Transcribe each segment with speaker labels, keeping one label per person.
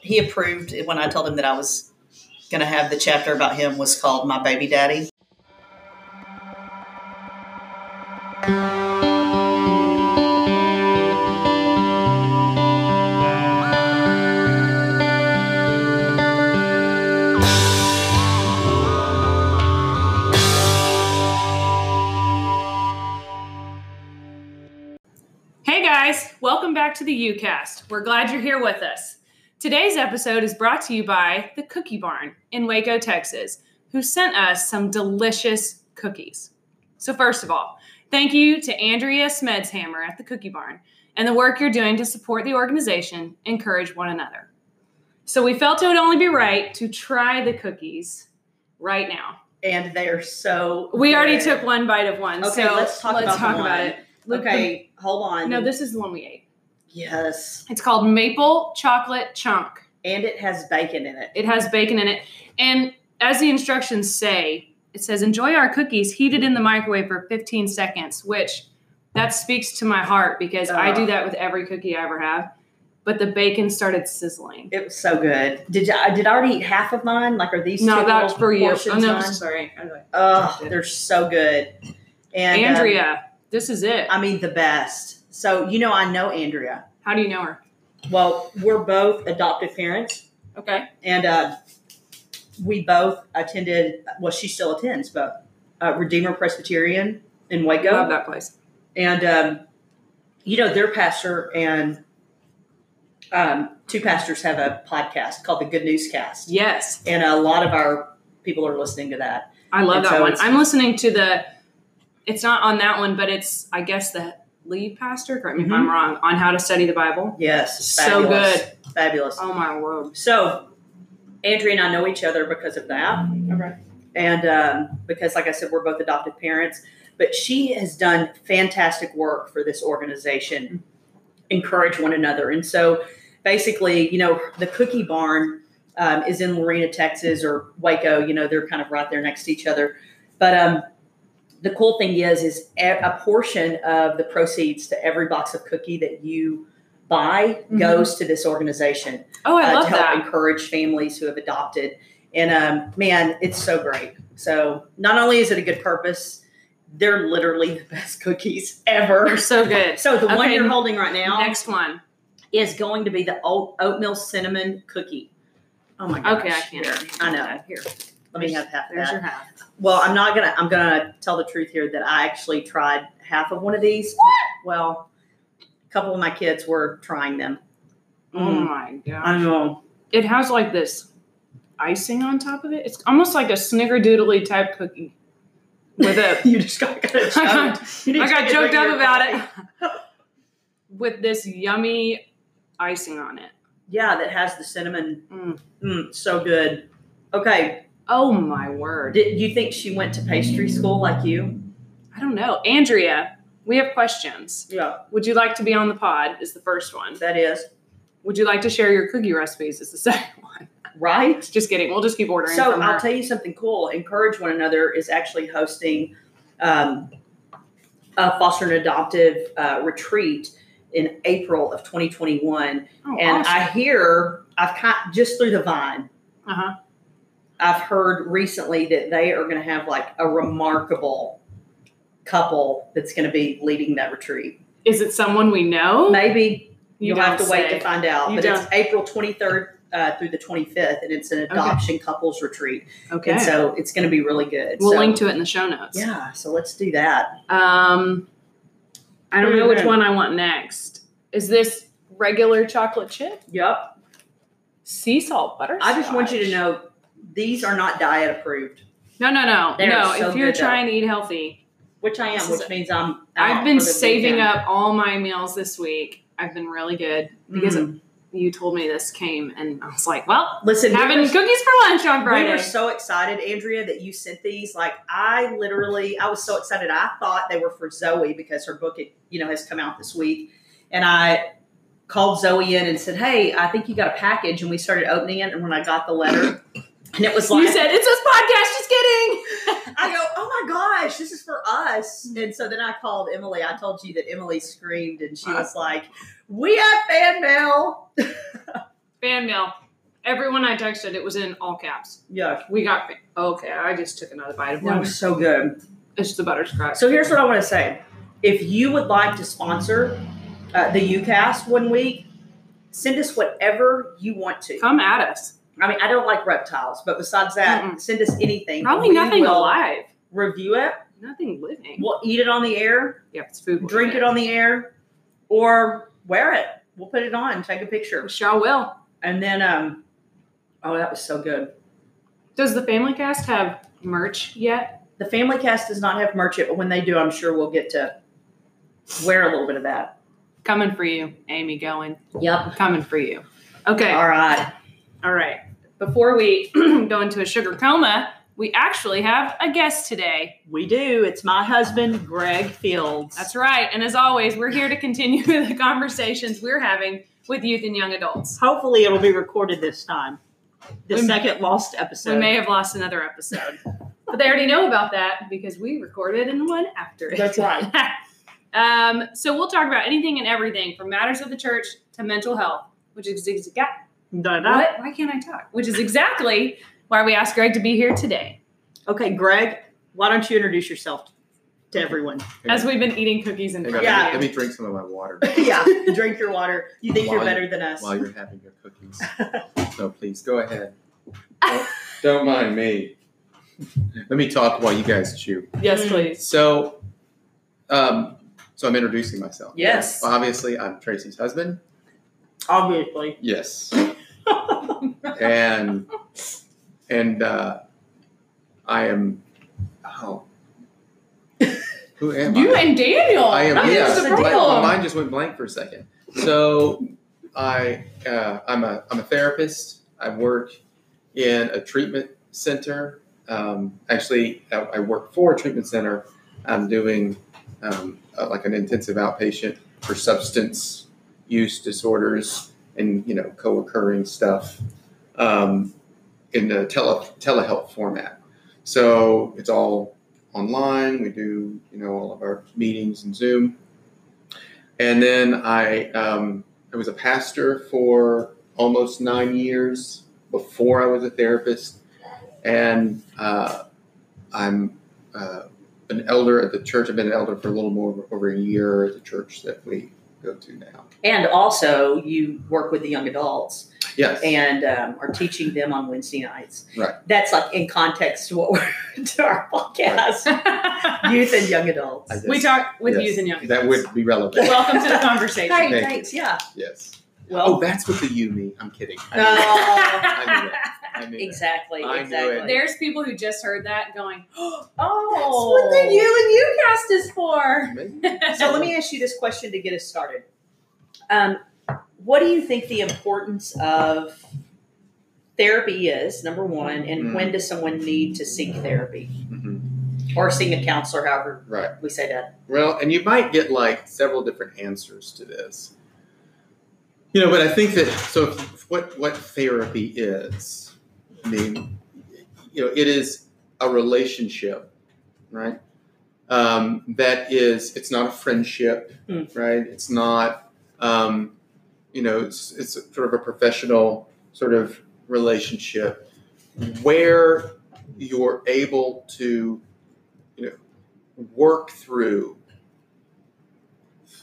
Speaker 1: he approved when I told him that I was going to have the chapter about him was called My Baby Daddy.
Speaker 2: Hey guys, welcome back to the UCast. We're glad you're here with us. Today's episode is brought to you by The Cookie Barn in Waco, Texas, who sent us some delicious cookies. So, first of all, thank you to Andrea Smedshammer at The Cookie Barn and the work you're doing to support the organization, encourage one another. So, we felt it would only be right to try the cookies right now.
Speaker 1: And they're so.
Speaker 2: We already
Speaker 1: good.
Speaker 2: took one bite of one,
Speaker 1: Okay,
Speaker 2: so
Speaker 1: let's talk about the
Speaker 2: talk
Speaker 1: one.
Speaker 2: it. Look,
Speaker 1: Okay, hold on.
Speaker 2: No, this is the one we ate.
Speaker 1: yes,
Speaker 2: It's called Maple Chocolate Chunk.
Speaker 1: and it has bacon in it.
Speaker 2: It has bacon in it. And as the instructions say, it says enjoy our cookies heated in the microwave for 15 seconds, which that speaks to my heart because I
Speaker 1: Uh.
Speaker 2: do that with every cookie I ever have. But the bacon started sizzling.
Speaker 1: It was so good. Did I did I already eat half of mine? Like are these
Speaker 2: No,
Speaker 1: two
Speaker 2: that's
Speaker 1: little
Speaker 2: for you.
Speaker 1: portions
Speaker 2: Oh, no,
Speaker 1: mine?
Speaker 2: sorry.
Speaker 1: Oh, they're so good. And um,
Speaker 2: Andrea, this is it.
Speaker 1: I mean the best. So you know I know Andrea.
Speaker 2: How do you know her?
Speaker 1: Well, we're both adopted parents,
Speaker 2: Okay.
Speaker 1: and uh, we both attended. Well, she still attends, but uh, Redeemer Presbyterian in Waco.
Speaker 2: Love that place.
Speaker 1: and um, you know their pastor and um, two pastors have a podcast called the Good News Cast,
Speaker 2: Yes.
Speaker 1: and a lot of our people are listening to that.
Speaker 2: I love
Speaker 1: And
Speaker 2: that
Speaker 1: so
Speaker 2: one.
Speaker 1: it's-
Speaker 2: I'm listening to the, it's not on that one, but it's, I guess, the lead pastor, correct me if I'm wrong, on how to study the Bible.
Speaker 1: Yes, Mm-hmm. it's
Speaker 2: So
Speaker 1: fabulous,
Speaker 2: good.
Speaker 1: fabulous.
Speaker 2: Oh my word.
Speaker 1: Um, So Andrea and I know each other because of that,
Speaker 2: Okay.
Speaker 1: and um, because, like I said, we're both adopted parents. But she has done fantastic work for this organization, encourage one another, and so basically, you know, the Cookie Barn um, is in Lorena, Texas, or Waco. You know, they're kind of right there next to each other. But um, the cool thing is, is a a portion of the proceeds to every box of cookie that you buy
Speaker 2: Mhm.
Speaker 1: goes to this organization
Speaker 2: Oh, I
Speaker 1: uh,
Speaker 2: love
Speaker 1: to help
Speaker 2: that.
Speaker 1: encourage families who have adopted. And um, man, it's so great. So not only is it a good purpose, they're literally the best cookies ever.
Speaker 2: They're so good.
Speaker 1: So the one
Speaker 2: Okay,
Speaker 1: you're holding right now
Speaker 2: Next one.
Speaker 1: is going to be the oat, oatmeal cinnamon cookie. Oh my gosh!
Speaker 2: Okay, I can't.
Speaker 1: Here, I know.
Speaker 2: Here,
Speaker 1: Let me have half of
Speaker 2: there's
Speaker 1: that.
Speaker 2: your half.
Speaker 1: Well, I'm not gonna. I'm gonna tell the truth here that I actually tried half of one of these. What? Well, a couple of my kids were trying them.
Speaker 2: Oh
Speaker 1: Mm,
Speaker 2: my god!
Speaker 1: I know.
Speaker 2: It has like this icing on top of it. It's almost like a snickerdoodly type cookie. With a,
Speaker 1: you just got kind of
Speaker 2: I
Speaker 1: choked. You
Speaker 2: I
Speaker 1: didn't
Speaker 2: got
Speaker 1: take a
Speaker 2: joked
Speaker 1: drink of
Speaker 2: up
Speaker 1: your
Speaker 2: about
Speaker 1: coffee.
Speaker 2: it. With this yummy icing on it.
Speaker 1: Yeah, that has the cinnamon.
Speaker 2: Mm.
Speaker 1: Mm, so good. Okay,
Speaker 2: Oh my word!
Speaker 1: did you think she went to pastry school like you?
Speaker 2: I don't know, Andrea. We have questions.
Speaker 1: Yeah,
Speaker 2: Would you like to be on the pod? Is the first one.
Speaker 1: that is
Speaker 2: Would you like to share your cookie recipes? Is the second one.
Speaker 1: right.
Speaker 2: Just kidding. We'll just keep ordering.
Speaker 1: So
Speaker 2: from her.
Speaker 1: I'll tell you something cool. Encourage One Another is actually hosting um, a foster and adoptive uh, retreat in April of 2021,
Speaker 2: Oh,
Speaker 1: and
Speaker 2: awesome.
Speaker 1: I hear I've kind just through the vine.
Speaker 2: Uh-huh.
Speaker 1: I've heard recently that they are going to have like a remarkable couple that's going to be leading that retreat.
Speaker 2: Is it someone we know?
Speaker 1: Maybe
Speaker 2: You
Speaker 1: You'll have to
Speaker 2: don't
Speaker 1: wait
Speaker 2: say.
Speaker 1: to find out.
Speaker 2: You
Speaker 1: but it's April 23rd uh, through the 25th, and it's an adoption couples retreat.
Speaker 2: Okay.
Speaker 1: And so it's going to be really good.
Speaker 2: we'll
Speaker 1: So-
Speaker 2: link to it in the show notes.
Speaker 1: Yeah, so let's do that.
Speaker 2: Um, I don't
Speaker 1: Pretty
Speaker 2: know which
Speaker 1: good.
Speaker 2: one I want next. Is this regular chocolate chip?
Speaker 1: Yep.
Speaker 2: Sea salt butter?
Speaker 1: I just want you to know these are not diet approved,
Speaker 2: No, no, no.
Speaker 1: They're
Speaker 2: no,
Speaker 1: so
Speaker 2: if you're
Speaker 1: good, though.
Speaker 2: trying to eat healthy,
Speaker 1: which I am,
Speaker 2: This is-
Speaker 1: which means I'm.
Speaker 2: I've been saving up all my meals this week. I've been really good because
Speaker 1: because
Speaker 2: you told me this came and I was like, well,
Speaker 1: listen, we
Speaker 2: having
Speaker 1: were-
Speaker 2: cookies for lunch on
Speaker 1: we
Speaker 2: Friday.
Speaker 1: were so excited, Andrea, that you sent these. Like I literally, I was so excited. I thought they were for Zoe because her book, you know, has come out this week, and I called Zoe in and said, "Hey, I think you got a package." And we started opening it, and when I got the letter, and it was like,
Speaker 2: you said, it's this podcast, just kidding.
Speaker 1: "I go, oh my gosh, this is for us." And so then I called Emily. I told you that Emily screamed, and she was like, "We have fan mail."
Speaker 2: fan mail. Everyone I texted, it was in all caps.
Speaker 1: Yeah.
Speaker 2: We got fa- okay. I just took another bite of
Speaker 1: That
Speaker 2: one.
Speaker 1: was so good.
Speaker 2: It's the butterscotch.
Speaker 1: So here's what I want to say. If you would like to sponsor uh, the UCast one week, send us whatever you want to.
Speaker 2: Come at us.
Speaker 1: I mean, I don't like reptiles, but besides that,
Speaker 2: Mm-mm.
Speaker 1: send us anything.
Speaker 2: Probably
Speaker 1: We
Speaker 2: nothing
Speaker 1: will
Speaker 2: alive.
Speaker 1: Review it.
Speaker 2: Nothing living.
Speaker 1: We'll eat it on the air,
Speaker 2: Yeah, it's food.
Speaker 1: drink it on the air, or wear it. We'll put it on, take a picture.
Speaker 2: Shaw will.
Speaker 1: And then, um, oh, that was so good.
Speaker 2: Does the Family Cast have merch yet?
Speaker 1: The Family Cast does not have merch yet, but when they do, I'm sure we'll get to wear a little bit of that.
Speaker 2: Coming for you, Amy. Going.
Speaker 1: Yep.
Speaker 2: Coming for you. Okay.
Speaker 1: All right.
Speaker 2: All right. Before we go into a sugar coma, we actually have a guest today.
Speaker 1: We do. It's my husband, Greg Fields.
Speaker 2: That's right. And as always, we're here to continue the conversations we're having with youth and young adults.
Speaker 1: Hopefully, it'll be recorded this time. The
Speaker 2: We-
Speaker 1: second lost episode.
Speaker 2: We may have lost another episode, but they already know about that because we recorded and one after it.
Speaker 1: That's right.
Speaker 2: um, so we'll talk about anything and everything from matters of the church to mental health, which is exactly
Speaker 1: Da-da.
Speaker 2: what? Why can't I talk? Which is exactly why we asked Greg to be here today,
Speaker 1: Okay, Greg, why don't you introduce yourself to everyone?
Speaker 2: as we've been eating cookies and
Speaker 3: Hang on,
Speaker 2: cookies.
Speaker 1: Yeah.
Speaker 3: let, me, let me drink some of my water
Speaker 1: yeah, drink your water. You think you're
Speaker 3: While you-
Speaker 1: better than us.
Speaker 3: while you're having your cookies. So please go ahead. Don't, don't mind me. Let me talk while you guys chew.
Speaker 1: Mm.
Speaker 2: Yes, please.
Speaker 3: So, um, so I'm introducing myself.
Speaker 1: Yes.
Speaker 3: Obviously, I'm Tracy's husband.
Speaker 1: Obviously.
Speaker 3: Yes. and and uh, I am. Oh, who am I?
Speaker 2: You and Daniel.
Speaker 3: I am.
Speaker 2: That is
Speaker 3: yes,
Speaker 2: the
Speaker 1: but-
Speaker 3: my,
Speaker 2: problem.
Speaker 3: my mind just went blank for a second. So I, uh, I'm a, I'm a therapist. I work in a treatment center. Um, actually, I, I work for a treatment center. I'm doing um, uh, like an intensive outpatient for substance use disorders and you know co-occurring stuff um, in the tele telehealth format. So it's all online. We do you know all of our meetings and Zoom. And then I um, I was a pastor for almost nine years before I was a therapist, and uh, I'm uh, an elder at the church. I've been an elder for a little more over a year at the church that we go to now.
Speaker 1: And also, you work with the young adults
Speaker 3: Yes,
Speaker 1: and um, are teaching them on Wednesday nights.
Speaker 3: Right.
Speaker 1: That's like in context to what we're to our podcast. Youth and young adults.
Speaker 3: I guess
Speaker 2: we talk with
Speaker 3: Yes.
Speaker 2: youth and young.
Speaker 3: that would be relevant.
Speaker 2: Welcome to the conversation.
Speaker 1: Great,
Speaker 3: Thank
Speaker 1: thanks. Yeah.
Speaker 3: yes. Oh,
Speaker 1: Well,
Speaker 3: that's what the you mean. I'm kidding. I knew that.
Speaker 1: uh,
Speaker 3: I knew that. I knew that.
Speaker 1: exactly.
Speaker 3: I knew
Speaker 1: exactly.
Speaker 3: it.
Speaker 2: There's people who just heard that going, "Oh,
Speaker 1: Oh.
Speaker 2: that's what the you and UCast is for."
Speaker 3: Maybe.
Speaker 1: So let me ask you this question to get us started. Um, what do you think the importance of therapy is, number one, and
Speaker 3: Mm.
Speaker 1: when does someone need to seek therapy
Speaker 3: Mhm.
Speaker 1: or seeing a counselor, however
Speaker 3: Right.
Speaker 1: we say that?
Speaker 3: Well, and you might get like several different answers to this. You know, but I think that so if- what what therapy is, I mean, you know, it is a relationship, right? Um, that is, it's not a friendship,
Speaker 1: Mm.
Speaker 3: right? It's not, um, you know, it's it's sort of a professional sort of relationship where you're able to, you know, work through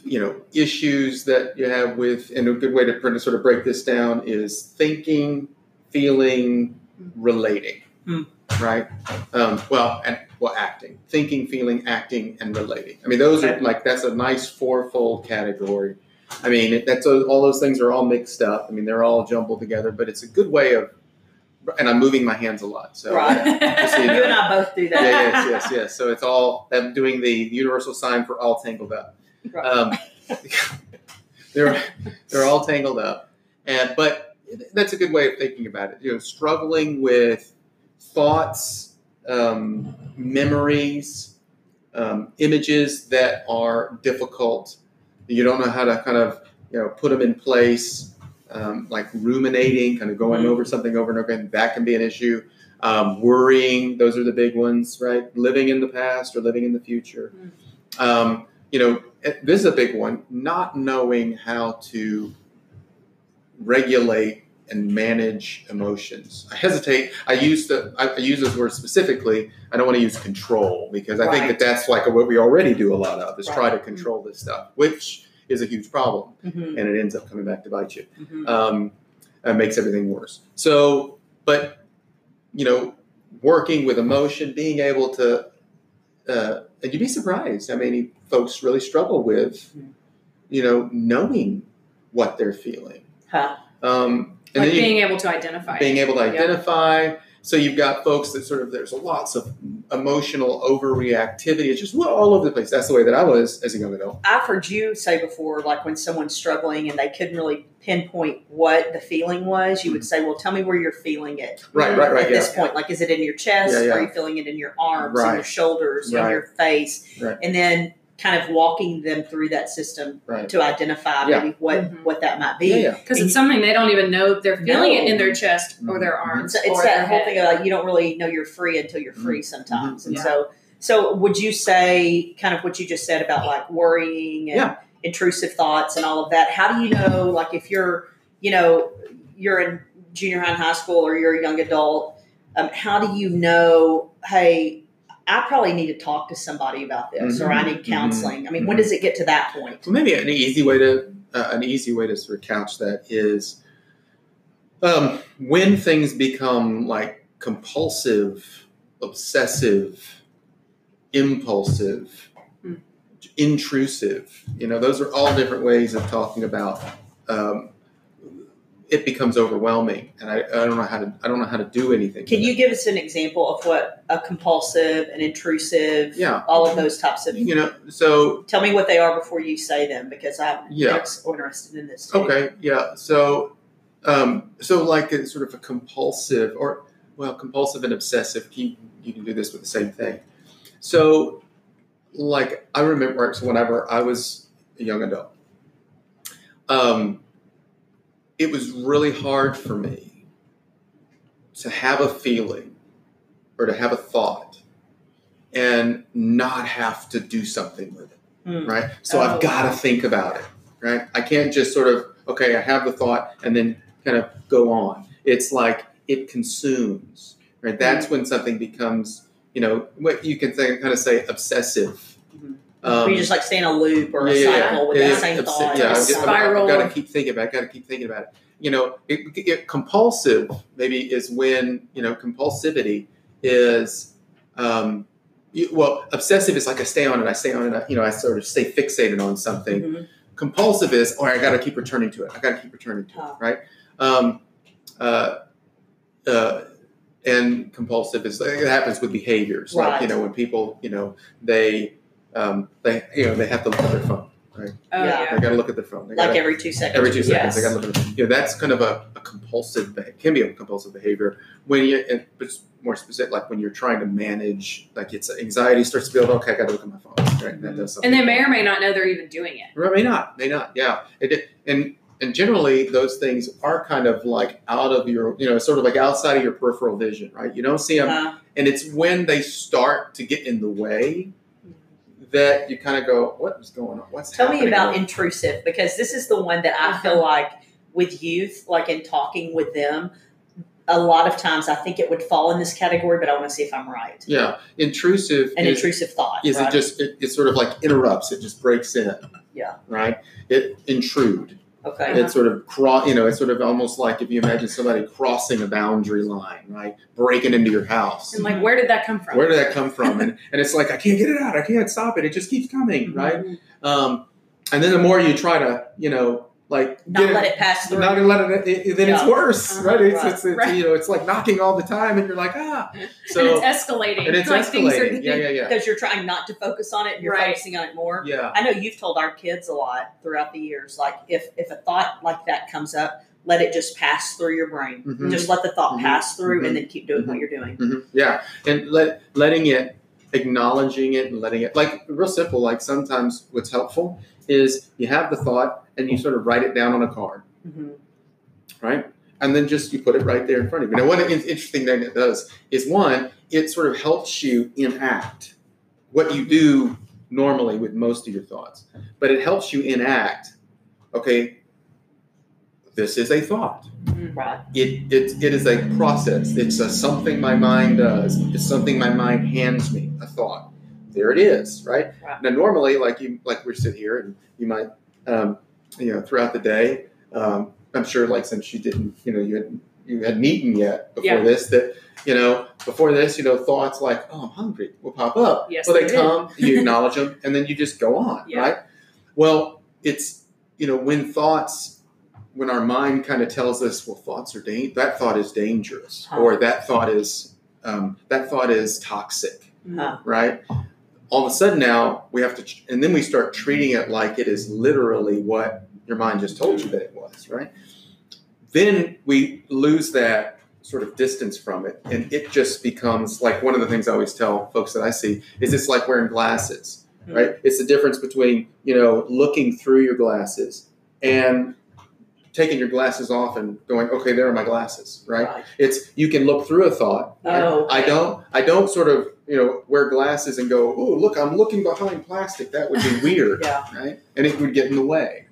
Speaker 3: you know issues that you have with and a good way to sort of break this down is thinking feeling relating
Speaker 1: Hmm.
Speaker 3: right um, well and well acting thinking feeling acting and relating i mean those are
Speaker 1: Okay.
Speaker 3: like that's a nice fourfold category i mean it- that's all those things are all mixed up i mean they're all jumbled together but it's a good way of and i'm moving my hands a lot so
Speaker 1: Right.
Speaker 3: see
Speaker 1: You
Speaker 3: that.
Speaker 1: and I both do
Speaker 3: yeah,
Speaker 1: that.
Speaker 3: yes, yes, yes. So it's all I'm doing the universal sign for all tangled up.
Speaker 1: Right.
Speaker 3: Um, they're they're all tangled up, and but that's a good way of thinking about it. You know, struggling with thoughts, um, memories, um, images that are difficult. You don't know how to kind of you know put them in place. Um, like ruminating, kind of going
Speaker 1: Mhm.
Speaker 3: over something over and over again, that can be an issue um, worrying those are the big ones right living in the past or living in the future
Speaker 1: Mm-hmm.
Speaker 3: um, you know eh, this is a big one not knowing how to regulate and manage emotions. I hesitate. I use the I, I use those words specifically. I don't want to use control because I think
Speaker 1: Right.
Speaker 3: that that's like what we already do a lot of is try
Speaker 1: Right.
Speaker 3: to control this stuff, which is a huge problem,
Speaker 1: Mhm,
Speaker 3: and it ends up coming back to bite you
Speaker 1: mhm.
Speaker 3: um, uh, makes everything worse. So, but you know, working with emotion, being able to, uh, and you'd be surprised how many folks really struggle with,
Speaker 1: Mhm.
Speaker 3: you know, knowing what they're feeling.
Speaker 1: Huh.
Speaker 3: Um, and
Speaker 2: like
Speaker 3: then you-
Speaker 2: being able to identify. it.
Speaker 3: being able to
Speaker 2: Yeah.
Speaker 3: identify. So you've got folks that sort of there's lots of emotional overreactivity. It's just all over the place. That's the way that I was as a young adult.
Speaker 1: I've heard you say before, like when someone's struggling and they couldn't really pinpoint what the feeling was,
Speaker 3: Mm.
Speaker 1: you would say, "Well, tell me where you're feeling it."
Speaker 3: Right, right, right.
Speaker 1: At
Speaker 3: Yeah.
Speaker 1: this point, like, is it in your chest?
Speaker 3: Yeah, yeah.
Speaker 1: Are you feeling it in your arms, in your
Speaker 3: Right.
Speaker 1: shoulders, in
Speaker 3: Right.
Speaker 1: your face?
Speaker 3: Right.
Speaker 1: And then kind of walking them through that system
Speaker 3: Right.
Speaker 1: to identify
Speaker 3: Yeah.
Speaker 1: maybe what
Speaker 2: Mhm.
Speaker 1: what that might be.
Speaker 3: Yeah, yeah.
Speaker 2: because it's something they don't even know they're feeling it
Speaker 1: No.
Speaker 2: in their chest or their
Speaker 3: Mhm.
Speaker 2: arms.
Speaker 1: It's, it's
Speaker 2: or
Speaker 1: that
Speaker 2: their
Speaker 1: whole
Speaker 2: head.
Speaker 1: thing of like you don't really know you're free until you're free
Speaker 3: Mm-hmm.
Speaker 1: sometimes, and
Speaker 2: Yeah.
Speaker 1: so so would you say kind of what you just said about like worrying and
Speaker 3: Yeah.
Speaker 1: intrusive thoughts and all of that? How do you know like if you're you know you're in junior high and high school or you're a young adult? Um, how do you know? Hey, I probably need to talk to somebody about this, or I need
Speaker 3: Mhm.
Speaker 1: counseling. I mean, when
Speaker 3: Mhm.
Speaker 1: does it get to that point?
Speaker 3: Well, maybe an easy way to uh, an easy way to sort of couch that is um, when things become like compulsive, obsessive, impulsive,
Speaker 2: Hmm.
Speaker 3: intrusive. You know, those are all different ways of talking about. Um, it becomes overwhelming, and I, I don't know how to I don't know how to do anything.
Speaker 1: Can
Speaker 3: with
Speaker 1: you
Speaker 3: it.
Speaker 1: give us an example of what a compulsive, an intrusive,
Speaker 3: Yeah,
Speaker 1: all of those types of
Speaker 3: you know. So
Speaker 1: tell me what they are before you say them because I'm
Speaker 3: Yeah.
Speaker 1: ex- interested in this. too.
Speaker 3: Okay, yeah. So, um, so like a sort of a compulsive, or well, compulsive and obsessive. You you can do this with the same thing. So, like I remember, so whenever I was a young adult, um, it was really hard for me to have a feeling or to have a thought and not have to do something with it
Speaker 1: Hmm.
Speaker 3: right? So
Speaker 1: Oh.
Speaker 3: I've got to think about it, right? I can't just sort of, okay, I have the thought and then kind of go on. It's like it consumes, right? That's
Speaker 1: Hmm.
Speaker 3: when something becomes, you know, what you can say, kind of say obsessive.
Speaker 1: Mhm.
Speaker 3: Um,
Speaker 1: Where you just like stay in a loop or a
Speaker 3: yeah, yeah, yeah.
Speaker 1: cycle with
Speaker 3: Yeah,
Speaker 1: the
Speaker 3: yeah,
Speaker 1: same
Speaker 3: obs-
Speaker 1: thought.
Speaker 3: Yeah, I've,
Speaker 2: just-
Speaker 1: Cycle.
Speaker 2: Spiral.
Speaker 3: got to keep thinking about. it. Got to keep thinking about it. You know, it, it, compulsive maybe is when you know compulsivity is. Um, you, well, obsessive is like I stay on it. I stay on it. I, you know, I sort of stay fixated on something.
Speaker 1: Mhm.
Speaker 3: Compulsive is, or I got to keep returning to it. I got to keep returning to
Speaker 1: Ah.
Speaker 3: it. Right. Um, uh, uh, and compulsive is it happens with behaviors. Like you
Speaker 1: Right.
Speaker 3: know, when people you know they um, they you know they have to look at their phone.
Speaker 2: Oh,
Speaker 1: Yeah.
Speaker 2: yeah.
Speaker 3: They got to look at their phone. They
Speaker 1: Like
Speaker 3: gotta,
Speaker 1: every two seconds.
Speaker 3: every two
Speaker 1: Yes.
Speaker 3: seconds. They got to look at their phone. You know, that's kind of a, a compulsive behavior. Can be a compulsive behavior when you, and but it's more specific, like when you're trying to manage, like it's anxiety starts to build. Okay, I got to look at my phone. Right, that does something.
Speaker 2: And they may or may not know they're even doing it.
Speaker 3: Or may not. May not. Yeah. It, and and generally those things are kind of like out of your, you know, sort of like outside of your peripheral vision, right? You don't see them
Speaker 1: Uh,
Speaker 3: and it's when they start to get in the way that you kind of go, what is going on? What's
Speaker 1: tell me
Speaker 3: happening
Speaker 1: about
Speaker 3: here?"
Speaker 1: intrusive because this is the one that I
Speaker 2: Uh-huh.
Speaker 1: feel like with youth, like in talking with them, a lot of times I think it would fall in this category, but I want to see if I'm right.
Speaker 3: yeah, intrusive
Speaker 1: An
Speaker 3: is,
Speaker 1: intrusive thought.
Speaker 3: is
Speaker 1: right?
Speaker 3: it just it, it sort of like interrupts, it just breaks in.
Speaker 1: Yeah.
Speaker 3: Right? It intrude.
Speaker 1: okay.
Speaker 2: Uh-huh.
Speaker 3: It sort of cross you know, it's sort of almost like if you imagine somebody crossing a boundary line, right? Breaking into your house.
Speaker 2: And like, where did that come from?
Speaker 3: Mm-hmm. Where did that come from? And, and it's like, I can't get it out. I can't stop it. It just keeps coming,
Speaker 1: Mhm.
Speaker 3: right? Um, and then the more you try to, you know, like
Speaker 1: Not
Speaker 3: get it-
Speaker 1: let it pass through.
Speaker 3: not gonna let it, it- it- then it's
Speaker 1: Yeah.
Speaker 3: worse,
Speaker 2: Uh-huh.
Speaker 3: right? It's,
Speaker 1: Right.
Speaker 3: it's, it's
Speaker 2: Right.
Speaker 3: you know, it's like knocking all the time, and you're like, ah. So
Speaker 2: and it's escalating.
Speaker 3: and it's
Speaker 2: like things are
Speaker 3: escalating. Yeah, yeah, yeah,
Speaker 1: because you're trying not to focus on it and you're
Speaker 2: Right.
Speaker 1: focusing on it more.
Speaker 3: yeah.
Speaker 1: I know you've told our kids a lot throughout the years. Like if if a thought like that comes up, let it just pass through your brain.
Speaker 3: Mhm.
Speaker 1: Just let the thought
Speaker 3: Mhm.
Speaker 1: pass through,
Speaker 3: Mhm.
Speaker 1: and then keep doing what you're doing.
Speaker 3: Mhm. Yeah, and let, letting it, acknowledging it, and letting it. Like real simple. Like sometimes what's helpful is you have the thought and you sort of write it down on a card, right? And then just you put it right there in front of you. Now, one in- interesting thing it does is one, it sort of helps you enact what you do normally with most of your thoughts, but it helps you enact. Okay, this is a thought.
Speaker 1: Right.
Speaker 3: It, it, it is a process. It's a something my mind does. It's something my mind hands me, a thought. There it is, right?
Speaker 1: Right.
Speaker 3: Now, normally, like you, like we sit here, and you might, um, you know, throughout the day, um, I'm sure, like since you didn't, you know, you had you hadn't eaten yet before
Speaker 1: Yeah.
Speaker 3: this, that you know, before this, you know, thoughts like, oh, I'm hungry, will pop up.
Speaker 1: Yes,
Speaker 3: well, they,
Speaker 1: they do.
Speaker 3: come, you acknowledge them, and then you just go on,
Speaker 1: Yeah.
Speaker 3: right? Well, it's you know, when thoughts, when our mind kind of tells us, well, thoughts are dan- that thought is dangerous,
Speaker 1: Huh.
Speaker 3: or that thought is um, that thought is toxic
Speaker 1: Huh.
Speaker 3: right? All of a sudden now we have to, tr- and then we start treating it like it is literally what your mind just told you that it was, right? Then we lose that sort of distance from it, and it just becomes like one of the things I always tell folks that I see is it's like wearing glasses, right? It's the difference between you know looking through your glasses and taking your glasses off and going, okay, there are my glasses, right? It's you can look through a thought. right?
Speaker 1: Oh, okay.
Speaker 3: I don't. I don't sort of you know wear glasses and go, oh look, I'm looking behind plastic. That would be weird,
Speaker 1: Yeah.
Speaker 3: right? And it would get in the way.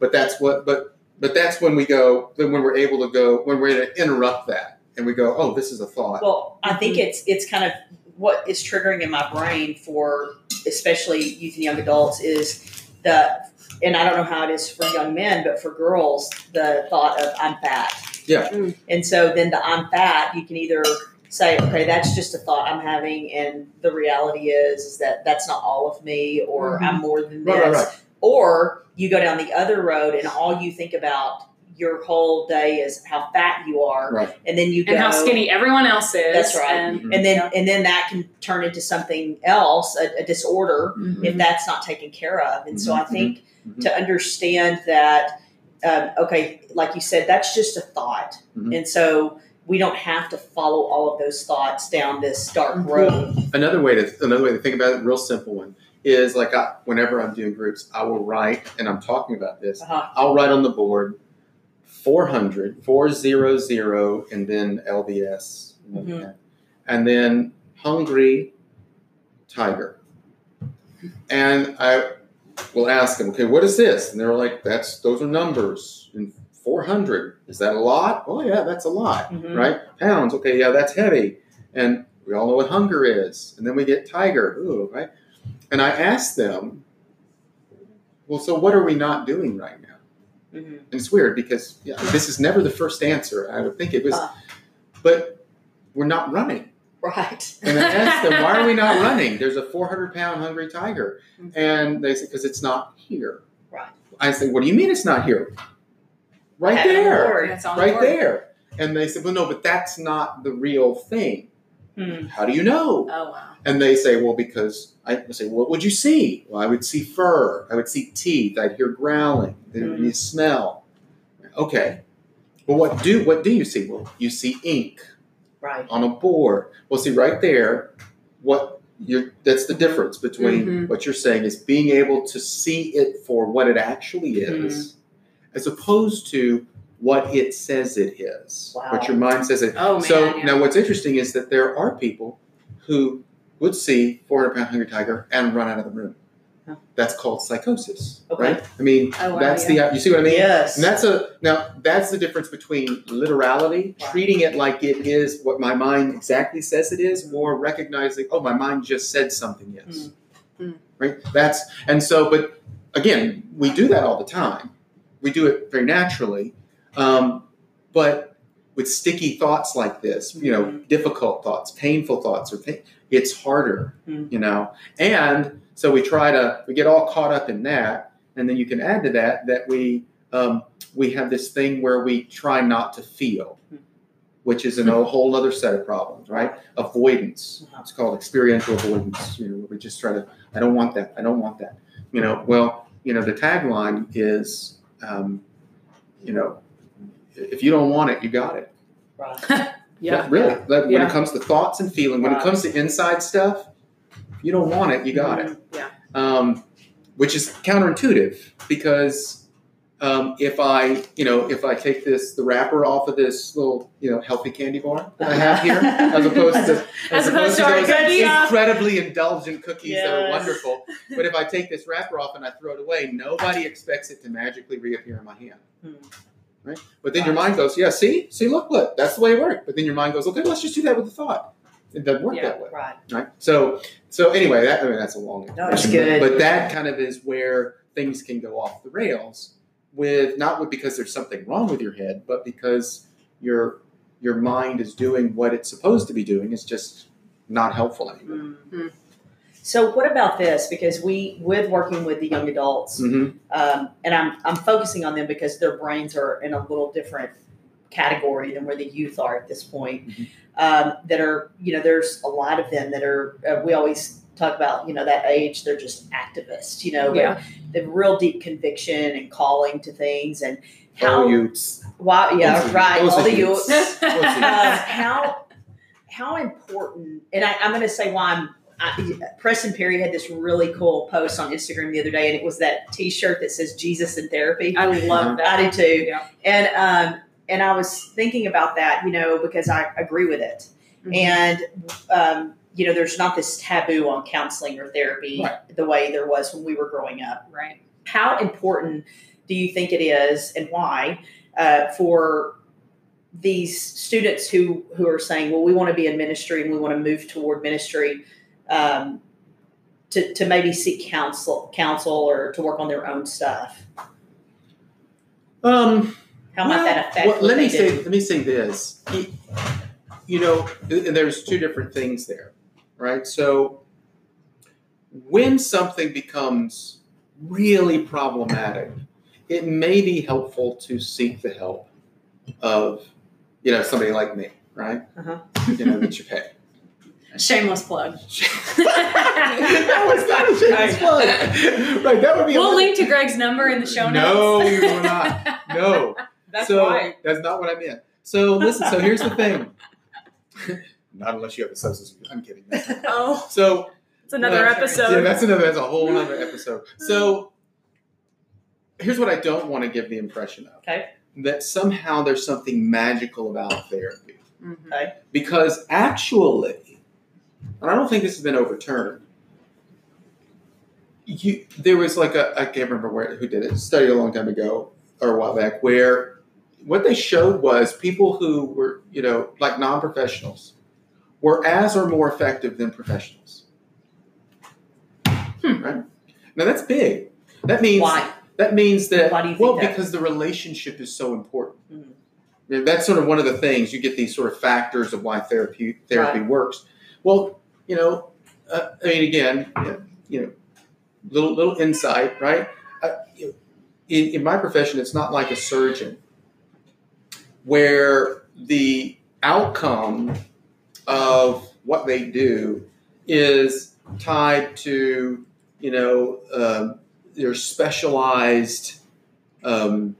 Speaker 3: But that's what. But but that's when we go. Then when we're able to go, when we're able to interrupt that, and we go, oh, this is a thought.
Speaker 1: Well, I think
Speaker 3: Mm-hmm.
Speaker 1: it's it's kind of what is triggering in my brain for especially youth and young adults is the and I don't know how it is for young men, but for girls, the thought of I'm fat.
Speaker 3: Yeah.
Speaker 2: Mm.
Speaker 1: And so then the I'm fat, you can either say, okay, that's just a thought I'm having, and the reality is, is that that's not all of me, or I'm more than this.
Speaker 3: Mm-hmm. Right, right, right.
Speaker 1: Or you go down the other road, and all you think about your whole day is how fat you are,
Speaker 3: Right.
Speaker 1: and then you
Speaker 2: and
Speaker 1: go
Speaker 2: how skinny everyone else is.
Speaker 1: That's right.
Speaker 2: And
Speaker 3: Mhm.
Speaker 1: and then
Speaker 2: Yeah.
Speaker 1: and then that can turn into something else a, a disorder
Speaker 3: Mhm.
Speaker 1: if that's not taken care of and so i
Speaker 3: Mhm,
Speaker 1: think
Speaker 3: mhm, mhm.
Speaker 1: to understand that um, okay like you said that's just a thought
Speaker 3: Mhm.
Speaker 1: and so we don't have to follow all of those thoughts down this dark
Speaker 3: Mm-hmm.
Speaker 1: road
Speaker 3: Another way to another way to think about it, real simple one, is like I, whenever I'm doing groups, I will write, and I'm talking about this.
Speaker 1: uh-huh.
Speaker 3: I'll write on the board 400, 400, and then LDS.
Speaker 1: Mhm.
Speaker 3: And then hungry tiger. And I will ask them, okay, what is this? And they're like, that's those are numbers. And 400, is that a lot? Oh, yeah, that's a lot,
Speaker 1: Mhm.
Speaker 3: Mm-hmm. right? Pounds, okay, yeah, that's heavy. And we all know what hunger is. And then we get tiger, ooh, right? And I ask them, well, so what are we not doing right now?
Speaker 1: Mhm.
Speaker 3: and it's weird because yeah, this is never the first answer. I would think it was,
Speaker 1: Ah.
Speaker 3: but we're not running.
Speaker 1: right
Speaker 3: And I asked them, why are we not running? There's a 400 pound hungry tiger. And they said, because it's not here.
Speaker 1: Mm-hmm. Right.
Speaker 3: I said, what do you mean it's not here? Right
Speaker 1: Had it on the
Speaker 3: there.
Speaker 1: board.
Speaker 2: That's on the
Speaker 3: Mm-hmm. Right
Speaker 2: board.
Speaker 3: there. And they said, well, no, but that's not the real thing.
Speaker 1: Hmm.
Speaker 3: How do you know?
Speaker 2: Oh wow.
Speaker 3: And they say, well, because I would say, what would you see? Well, I would see fur. I would see teeth. I'd hear growling. There would be a smell. Okay. Well, what do what do you see? Well, you see ink
Speaker 1: right
Speaker 3: on a board. Well, see right there, what you're that's the difference between
Speaker 2: Mhm.
Speaker 3: what you're saying is being able to see it for what it actually is,
Speaker 2: Mm-hmm.
Speaker 3: as opposed to what it says it is.
Speaker 1: Wow.
Speaker 3: What your mind says it
Speaker 2: Oh man.
Speaker 3: so
Speaker 2: yeah.
Speaker 3: now, what's interesting is that there are people who would see 400 pound hungry tiger and run out of the room.
Speaker 1: Huh.
Speaker 3: That's called psychosis,
Speaker 1: Okay.
Speaker 3: right? I mean,
Speaker 2: Oh, wow,
Speaker 3: that's the you see what I mean?
Speaker 1: yes
Speaker 3: And that's a now that's the difference between literality,
Speaker 1: Right.
Speaker 3: treating it like it is what my mind exactly says it is, or recognizing, oh, my mind just said something is.
Speaker 2: Mm. Mm.
Speaker 3: Right? That's and so, but again, we do that all the time. We do it very naturally. Um, but with sticky thoughts like this, you know, difficult thoughts, painful thoughts, or pain, it's harder,
Speaker 1: Mm.
Speaker 3: you know. And so we try to we get all caught up in that, and then you can add to that that we um, we have this thing where we try not to feel, which is an- a whole other set of problems, right? Avoidance.
Speaker 1: Uh-huh.
Speaker 3: It's called experiential avoidance. You know, where we just try to, I don't want that. I don't want that. You know, well, you know, the tagline is, um, you know, if you don't want it, you got it.
Speaker 1: right
Speaker 2: yeah.
Speaker 3: But really, like when
Speaker 2: Yeah.
Speaker 3: it comes to thoughts and feeling, when
Speaker 1: Right.
Speaker 3: it comes to inside stuff, if you don't want it, you got
Speaker 1: Mm-hmm.
Speaker 3: it
Speaker 2: Yeah.
Speaker 3: um, which is counterintuitive because um, if I, you know, if I take this the wrapper off of this little, you know, healthy candy bar that I have here, as opposed to
Speaker 2: As opposed to our
Speaker 3: those
Speaker 2: cookie off.
Speaker 3: incredibly indulgent cookies that are
Speaker 1: Yes.
Speaker 3: wonderful, but if I take this wrapper off and I throw it away, nobody expects it to magically reappear in my hand.
Speaker 1: Hmm.
Speaker 3: right? But then your mind goes, yeah, see, see, look, look, that's the way it worked. But then your mind goes, okay, let's just do that with the thought. It doesn't work
Speaker 2: Yeah.
Speaker 3: that way,
Speaker 1: Right.
Speaker 3: right? So, so anyway, that I mean, that's a long.
Speaker 1: No, it's
Speaker 3: explanation,
Speaker 1: good.
Speaker 3: But, but that kind of is where things can go off the rails with not with because there's something wrong with your head, but because your your mind is doing what it's supposed to be doing. It's just not helpful anymore.
Speaker 1: Mhm. So what about this? Because we, with working with the young adults,
Speaker 3: Mm-hmm.
Speaker 1: um, and I'm I'm focusing on them because their brains are in a little different category than where the youth are at this point.
Speaker 3: Mhm.
Speaker 1: Um, that are you know there's a lot of them that are uh, we always talk about you know that age they're just activists you know
Speaker 2: Yeah.
Speaker 1: the real deep conviction and calling to things and how
Speaker 3: Oh, youths.
Speaker 1: wow yeah
Speaker 3: Those are-
Speaker 1: right
Speaker 3: those
Speaker 1: all
Speaker 3: are
Speaker 1: the
Speaker 3: youths.
Speaker 1: youths um,
Speaker 2: yeah.
Speaker 1: how how important and I, i'm going to say why i'm I, Preston Perry had this really cool post on Instagram the other day, and it was that T-shirt that says "Jesus in Therapy."
Speaker 2: I love that.
Speaker 1: I did too,
Speaker 2: Yeah.
Speaker 1: and um, and I was thinking about that, you know, because I agree with it,
Speaker 2: Mhm.
Speaker 1: and um, you know, there's not this taboo on counseling or therapy the way there was when we were growing up
Speaker 2: Right.
Speaker 1: how important do you think it is and why uh, for these students who who are saying well we want to be in ministry and we want to move toward ministry um, to, to maybe seek counsel counsel or to work on their own stuff
Speaker 3: Um,
Speaker 1: how might that affect
Speaker 3: Well,
Speaker 1: what
Speaker 3: let me
Speaker 1: they
Speaker 3: say.
Speaker 1: do?
Speaker 3: Let me say this. Y- You know, and there's two different things there, right? So when something becomes really problematic, it may be helpful to seek the help of, you know, somebody like me, right?
Speaker 1: Uh-huh.
Speaker 3: You know, that you pay.
Speaker 2: Shameless plug.
Speaker 3: that was not a shameless plug. right? That would be. a-
Speaker 2: We'll link to Greg's number in the show notes.
Speaker 3: Oh, No, we will not. No. so that's not what I meant. So listen. So here's the thing. not unless you have a substance. I'm kidding.
Speaker 2: oh,
Speaker 3: So
Speaker 2: it's another
Speaker 3: uh,
Speaker 2: episode.
Speaker 3: Yeah, that's another. That's a whole other episode. So here's what I don't want to give the impression of.
Speaker 1: Okay.
Speaker 3: That somehow there's something magical about therapy,
Speaker 2: Mhm.
Speaker 3: because actually, and I don't think this has been overturned. You, there was like a I can't remember where who did it a study a long time ago or a while back where what they showed was people who were you know like non-professionals were as or more effective than professionals. Hmm. Right now that's big. That means
Speaker 1: why
Speaker 3: that means that
Speaker 1: Why do you think
Speaker 3: well
Speaker 1: that?
Speaker 3: because the relationship is so important.
Speaker 1: Mhm.
Speaker 3: Yeah, That's sort of one of the things you get these sort of factors of why therapy therapy works. Well, you know, uh, I mean, again, yeah, you know, little little insight, right? I, you know, in, in my profession, it's not like a surgeon where the outcome of what they do is tied to you know um, their specialized um,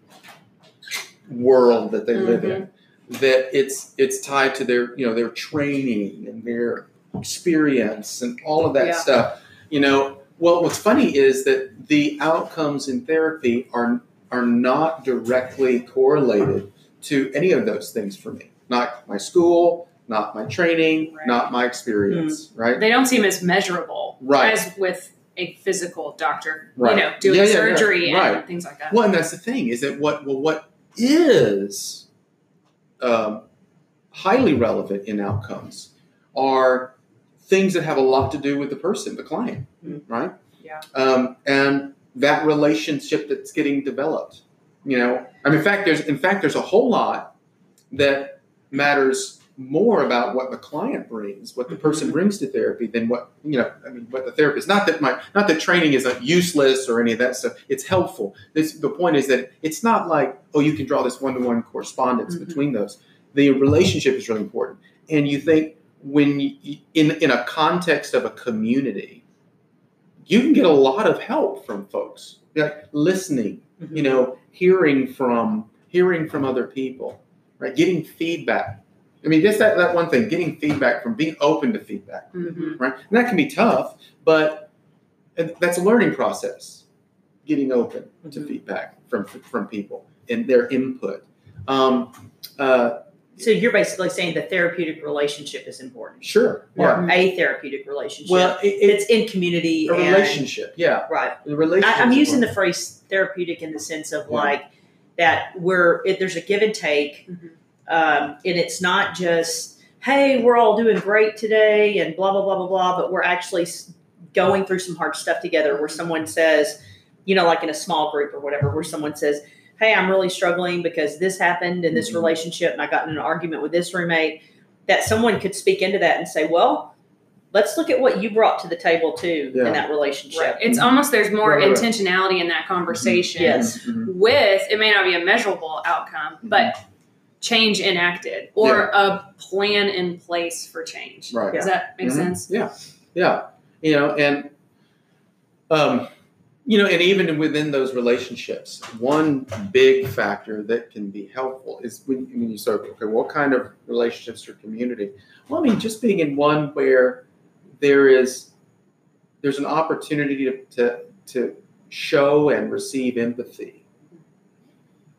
Speaker 3: world that they live in that it's it's tied to their you know their training and their experience and all of that
Speaker 2: Yeah.
Speaker 3: stuff you know well what's funny is that the outcomes in therapy are are not directly correlated to any of those things for me not my school not my training
Speaker 2: Right.
Speaker 3: not my experience right
Speaker 2: They don't seem as measurable
Speaker 3: right
Speaker 2: as with a physical doctor,
Speaker 3: Right.
Speaker 2: you know, doing
Speaker 3: Yeah, yeah, yeah.
Speaker 2: surgery and
Speaker 3: Right.
Speaker 2: things like that.
Speaker 3: Well, and that's the thing is that what well what is um, highly relevant in outcomes are things that have a lot to do with the person, the client,
Speaker 1: Mm.
Speaker 3: right?
Speaker 2: Mm-hmm. Yeah.
Speaker 3: Um, and that relationship that's getting developed. You know, I mean, in fact, there's in fact there's a whole lot that matters more about what the client brings, what the person
Speaker 2: Mm-hmm.
Speaker 3: brings to therapy, than what you know. I mean, what the therapist. Not that my not that training is like useless or any of that stuff. It's helpful. This the point is that it's not like oh you can draw this one to one correspondence
Speaker 2: Mhm.
Speaker 3: between those. The relationship is really important, and you think when you, in in a context of a community, you can get a lot of help from folks. Like listening, you know, hearing from hearing from other people, right? Getting feedback. I mean, just that, that one thing, getting feedback from being open to feedback
Speaker 2: Mhm.
Speaker 3: right? And that can be tough, but and that's a learning process. Getting open to
Speaker 1: Mhm.
Speaker 3: feedback from from people and their input. Um, uh,
Speaker 1: so you're basically saying the therapeutic relationship is important
Speaker 3: sure.
Speaker 1: or
Speaker 3: Yeah.
Speaker 1: a therapeutic relationship
Speaker 3: Well, it,
Speaker 1: it's in community
Speaker 3: it's a
Speaker 1: and-
Speaker 3: relationship. Yeah,
Speaker 1: right
Speaker 3: the relationship.
Speaker 1: I, I'm using the phrase therapeutic in the sense of
Speaker 3: Yeah.
Speaker 1: like that we're it, there's a give and take,
Speaker 2: Mhm.
Speaker 1: um, and it's not just hey we're all doing great today and blah blah blah blah blah, but we're actually s- going through some hard stuff together where someone says, you know, like in a small group or whatever, where someone says. Hey, I'm really struggling because this happened in this
Speaker 3: Mhm.
Speaker 1: relationship, and I got in an argument with this roommate. That someone could speak into that and say, "Well, let's look at what you brought to the table too
Speaker 3: Yeah.
Speaker 1: in that relationship."
Speaker 2: Right. It's almost there's more
Speaker 3: Right, right, right.
Speaker 2: intentionality in that conversation.
Speaker 1: Yes.
Speaker 3: Mhm,
Speaker 2: With it may not be a measurable outcome, but
Speaker 3: Mm-hmm.
Speaker 2: change enacted or a plan in place for change.
Speaker 3: mhm, Right.
Speaker 2: Does that make
Speaker 3: Mhm.
Speaker 2: sense?
Speaker 3: Yeah, you know, and um, you know, and even within those relationships, one big factor that can be helpful is when, when you start. Okay, what kind of relationships or community? Well, I mean, just being in one where there is there's an opportunity to to, to show and receive empathy,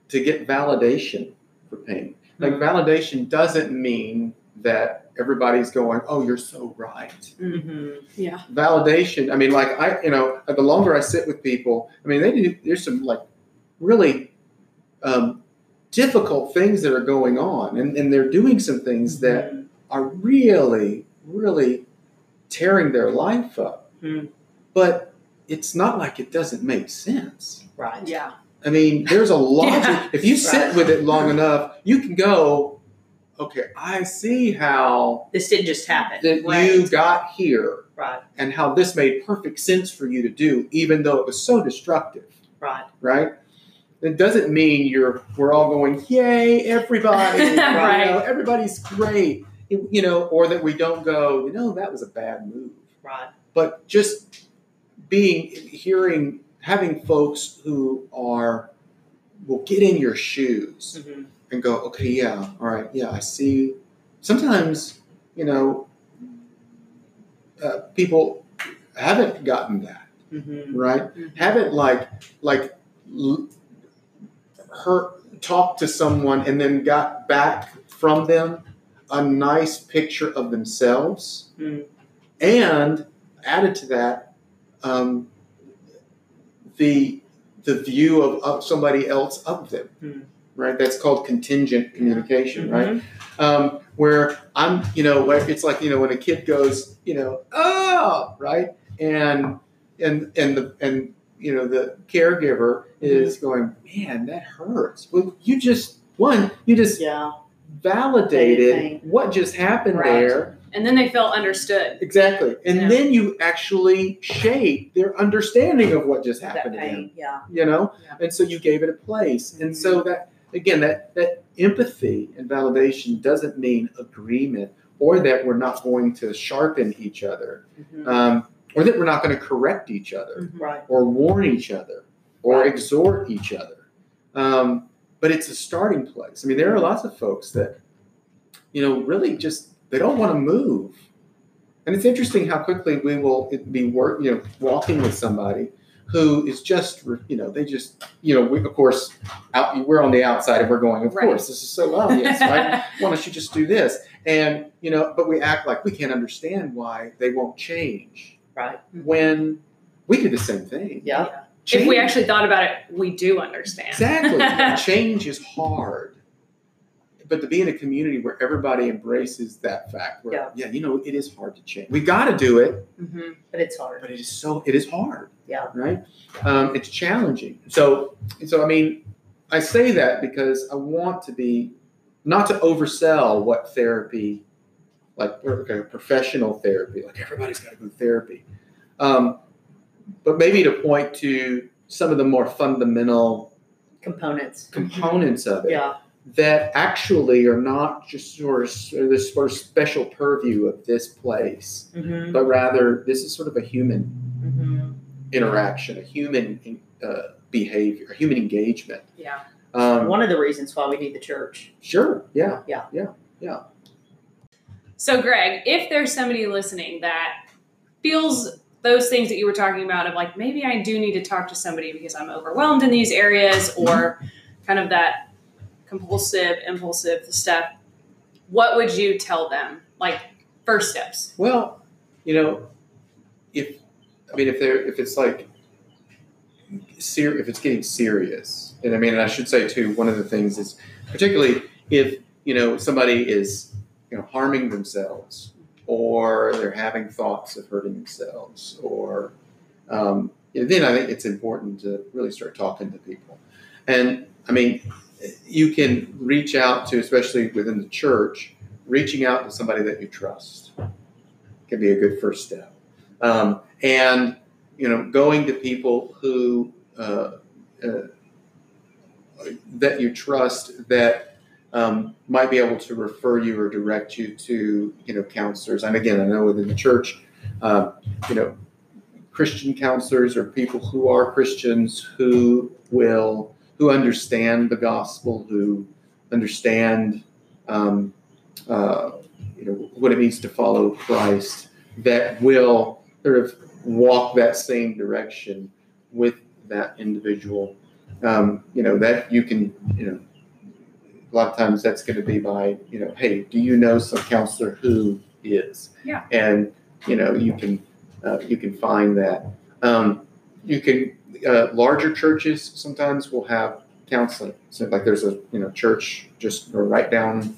Speaker 3: to get validation for pain. Like validation doesn't mean that everybody's going, "Oh, you're so right."
Speaker 1: Mm-hmm.
Speaker 2: Yeah.
Speaker 3: validation. I mean, like I, you know, the longer I sit with people, I mean, they do. There's some like really um, difficult things that are going on, and, and they're doing some things
Speaker 2: Mm-hmm.
Speaker 3: that are really, really tearing their life up.
Speaker 2: Hmm.
Speaker 1: Mhm.
Speaker 3: But it's not like it doesn't make sense.
Speaker 1: Right.
Speaker 2: Yeah.
Speaker 3: I mean, there's a logic.
Speaker 2: Yeah.
Speaker 3: If you sit
Speaker 1: Right.
Speaker 3: with it long enough, you can go, okay, I see how
Speaker 1: This didn't just happen.
Speaker 3: that you
Speaker 2: Uh, Right.
Speaker 3: got here
Speaker 1: Right.
Speaker 3: and how this made perfect sense for you to do, even though it was so destructive,
Speaker 1: Right.
Speaker 3: right? It doesn't mean you're we're all going, yay, everybody, you know,
Speaker 2: Right.
Speaker 3: everybody's great, you you know, or that we don't go, you know, that was a bad move.
Speaker 1: Right.
Speaker 3: But just being hearing having folks who are will get in your shoes
Speaker 1: Mm-hmm.
Speaker 3: and go, okay, yeah, all right, yeah, I see. Sometimes, you know, uh, people haven't gotten that
Speaker 1: Mm-hmm.
Speaker 3: right.
Speaker 2: Mhm.
Speaker 3: Haven't like like l- her talked to someone and then got back from them a nice picture of themselves,
Speaker 1: Mm.
Speaker 3: and added to that um, the the view of, of somebody else of them.
Speaker 1: Mm.
Speaker 3: Right, that's called contingent communication,
Speaker 1: Mm-hmm.
Speaker 3: right? um, where I'm, you know, where it's like, you know, when a kid goes, you know, oh, right, and and and the and you know the caregiver
Speaker 2: Mm-hmm.
Speaker 3: is going, man, that hurts. Well, you just one, you just
Speaker 1: Yeah.
Speaker 3: validated
Speaker 1: Anything.
Speaker 3: what just happened
Speaker 2: Right.
Speaker 3: there
Speaker 2: And then they felt understood.
Speaker 3: exactly, and
Speaker 2: Yeah.
Speaker 3: then you actually shape their understanding of what just
Speaker 1: That
Speaker 3: happened to them
Speaker 1: pain. Yeah. Mm-hmm.
Speaker 3: you know
Speaker 2: Yeah.
Speaker 3: and so you gave it a place and so that again that that empathy and validation doesn't mean agreement or that we're not going to sharpen each other
Speaker 1: Mm-hmm.
Speaker 3: um, or that we're not going to correct each other
Speaker 1: Right.
Speaker 3: or warn each other or
Speaker 1: Right.
Speaker 3: exhort each other um, but it's a starting place i mean there are lots of folks that you know really just they don't want to move and it's interesting how quickly we will be work, you know, walking with somebody who is just, you know, they just, you know, we, of course, out, we're on the outside and we're going, of
Speaker 2: Right.
Speaker 3: course, this is so obvious, right? Why don't you just do this? And you know, but we act like we can't understand why they won't change
Speaker 1: Right.
Speaker 3: when we do the same thing.
Speaker 1: Yeah.
Speaker 3: Change,
Speaker 2: Mm-hmm. If we actually thought about it, we do understand.
Speaker 3: exactly change is hard. But to be in a community where everybody embraces that fact, where
Speaker 1: Yeah.
Speaker 3: yeah you know, it is hard to change. We got to do it,
Speaker 2: hmm
Speaker 1: Mm-hmm. But it's hard.
Speaker 3: but it is so it is hard
Speaker 1: Yeah.
Speaker 3: right um, it's challenging so so i mean i say that because i want to be not to oversell what therapy like okay, professional therapy like everybody's got to go to therapy um, but maybe to point to some of the more fundamental
Speaker 1: Components.
Speaker 3: components of
Speaker 1: Mm-hmm.
Speaker 3: it
Speaker 1: Yeah.
Speaker 3: that actually are not just sort of this sort of special purview of this place
Speaker 1: Mm-hmm.
Speaker 3: but rather this is sort of a human
Speaker 1: Mm-hmm.
Speaker 3: interaction, a human uh, behavior, a human engagement.
Speaker 2: Yeah.
Speaker 3: Um,
Speaker 1: One of the reasons why we need the church.
Speaker 3: sure, yeah,
Speaker 2: So, Greg, if there's somebody listening that feels those things that you were talking about of like, maybe I do need to talk to somebody because I'm overwhelmed in these areas
Speaker 3: Mm-hmm.
Speaker 2: or kind of that compulsive, impulsive stuff, what would you tell them? Like, first steps.
Speaker 3: Well, you know, if I mean, if they're if it's like ser- if it's getting serious, And I mean, and I should say too, one of the things is particularly if you know somebody is you know harming themselves or they're having thoughts of hurting themselves or um, you know, then I think it's important to really start talking to people. And I mean, you can reach out to, especially within the church, reaching out to somebody that you trust can be a good first step. Um, and you know, going to people who uh, uh, that you trust that um, might be able to refer you or direct you to you know counselors. And again, I know within the church, uh, you know, Christian counselors or people who are Christians who will who understand the gospel, who understand um, uh, you know what it means to follow Christ, that will sort of walk that same direction with that individual. Um, you know that you can you know a lot of times that's going to be by you know hey do you know some counselor who is
Speaker 2: Yeah.
Speaker 3: and you know you can uh, you can find that um, you can uh, larger churches sometimes will have counseling. So like there's a you know church just right down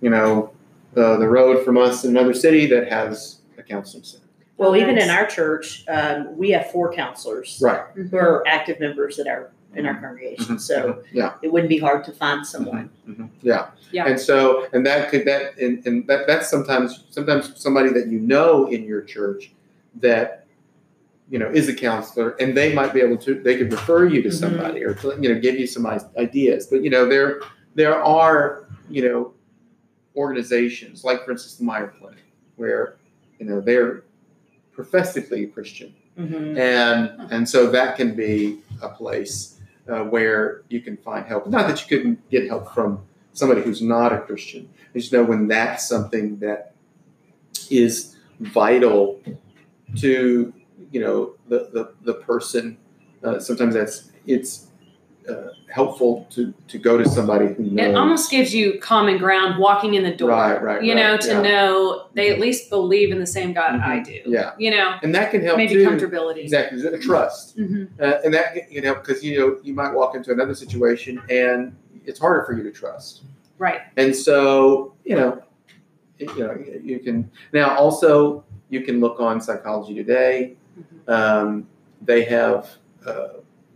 Speaker 3: you know uh, the road from us in another city that has a counseling center.
Speaker 1: Well, even
Speaker 2: Nice.
Speaker 1: in our church, um, we have four counselors
Speaker 3: Right.
Speaker 1: who are active members at our in our congregation.
Speaker 3: Mhm.
Speaker 1: So
Speaker 3: Yeah.
Speaker 1: it wouldn't be hard to find someone.
Speaker 3: Mhm. Yeah.
Speaker 2: Yeah.
Speaker 3: And so and that could that and, and that that's sometimes sometimes somebody that you know in your church that you know is a counselor and they might be able to they could refer you to
Speaker 1: Mhm.
Speaker 3: somebody or you know give you some i- ideas. But you know there there are you know organizations like for instance the Meyer Clinic where you know they're professedly Christian
Speaker 1: Mm-hmm.
Speaker 3: and and so that can be a place uh, where you can find help. Not that you couldn't get help from somebody who's not a Christian. I just know when that's something that is vital to you know the the, the person. Uh, sometimes that's it's uh, helpful to to go to somebody who knows.
Speaker 2: It almost gives you common ground walking in the door.
Speaker 3: Right, right,
Speaker 2: You
Speaker 3: right,
Speaker 2: know, to
Speaker 3: yeah.
Speaker 2: know they at least believe in the same God
Speaker 3: Mhm.
Speaker 2: I do.
Speaker 3: yeah,
Speaker 2: You know,
Speaker 3: and that can help
Speaker 2: maybe
Speaker 3: too.
Speaker 2: comfortability.
Speaker 3: Exactly, trust.
Speaker 2: hmm
Speaker 3: Uh, and that you know, because you know, you might walk into another situation and it's harder for you to trust.
Speaker 2: Right.
Speaker 3: And so you know, it- you know, you can now also you can look on Psychology Today.
Speaker 1: Mm-hmm.
Speaker 3: Um, they have uh,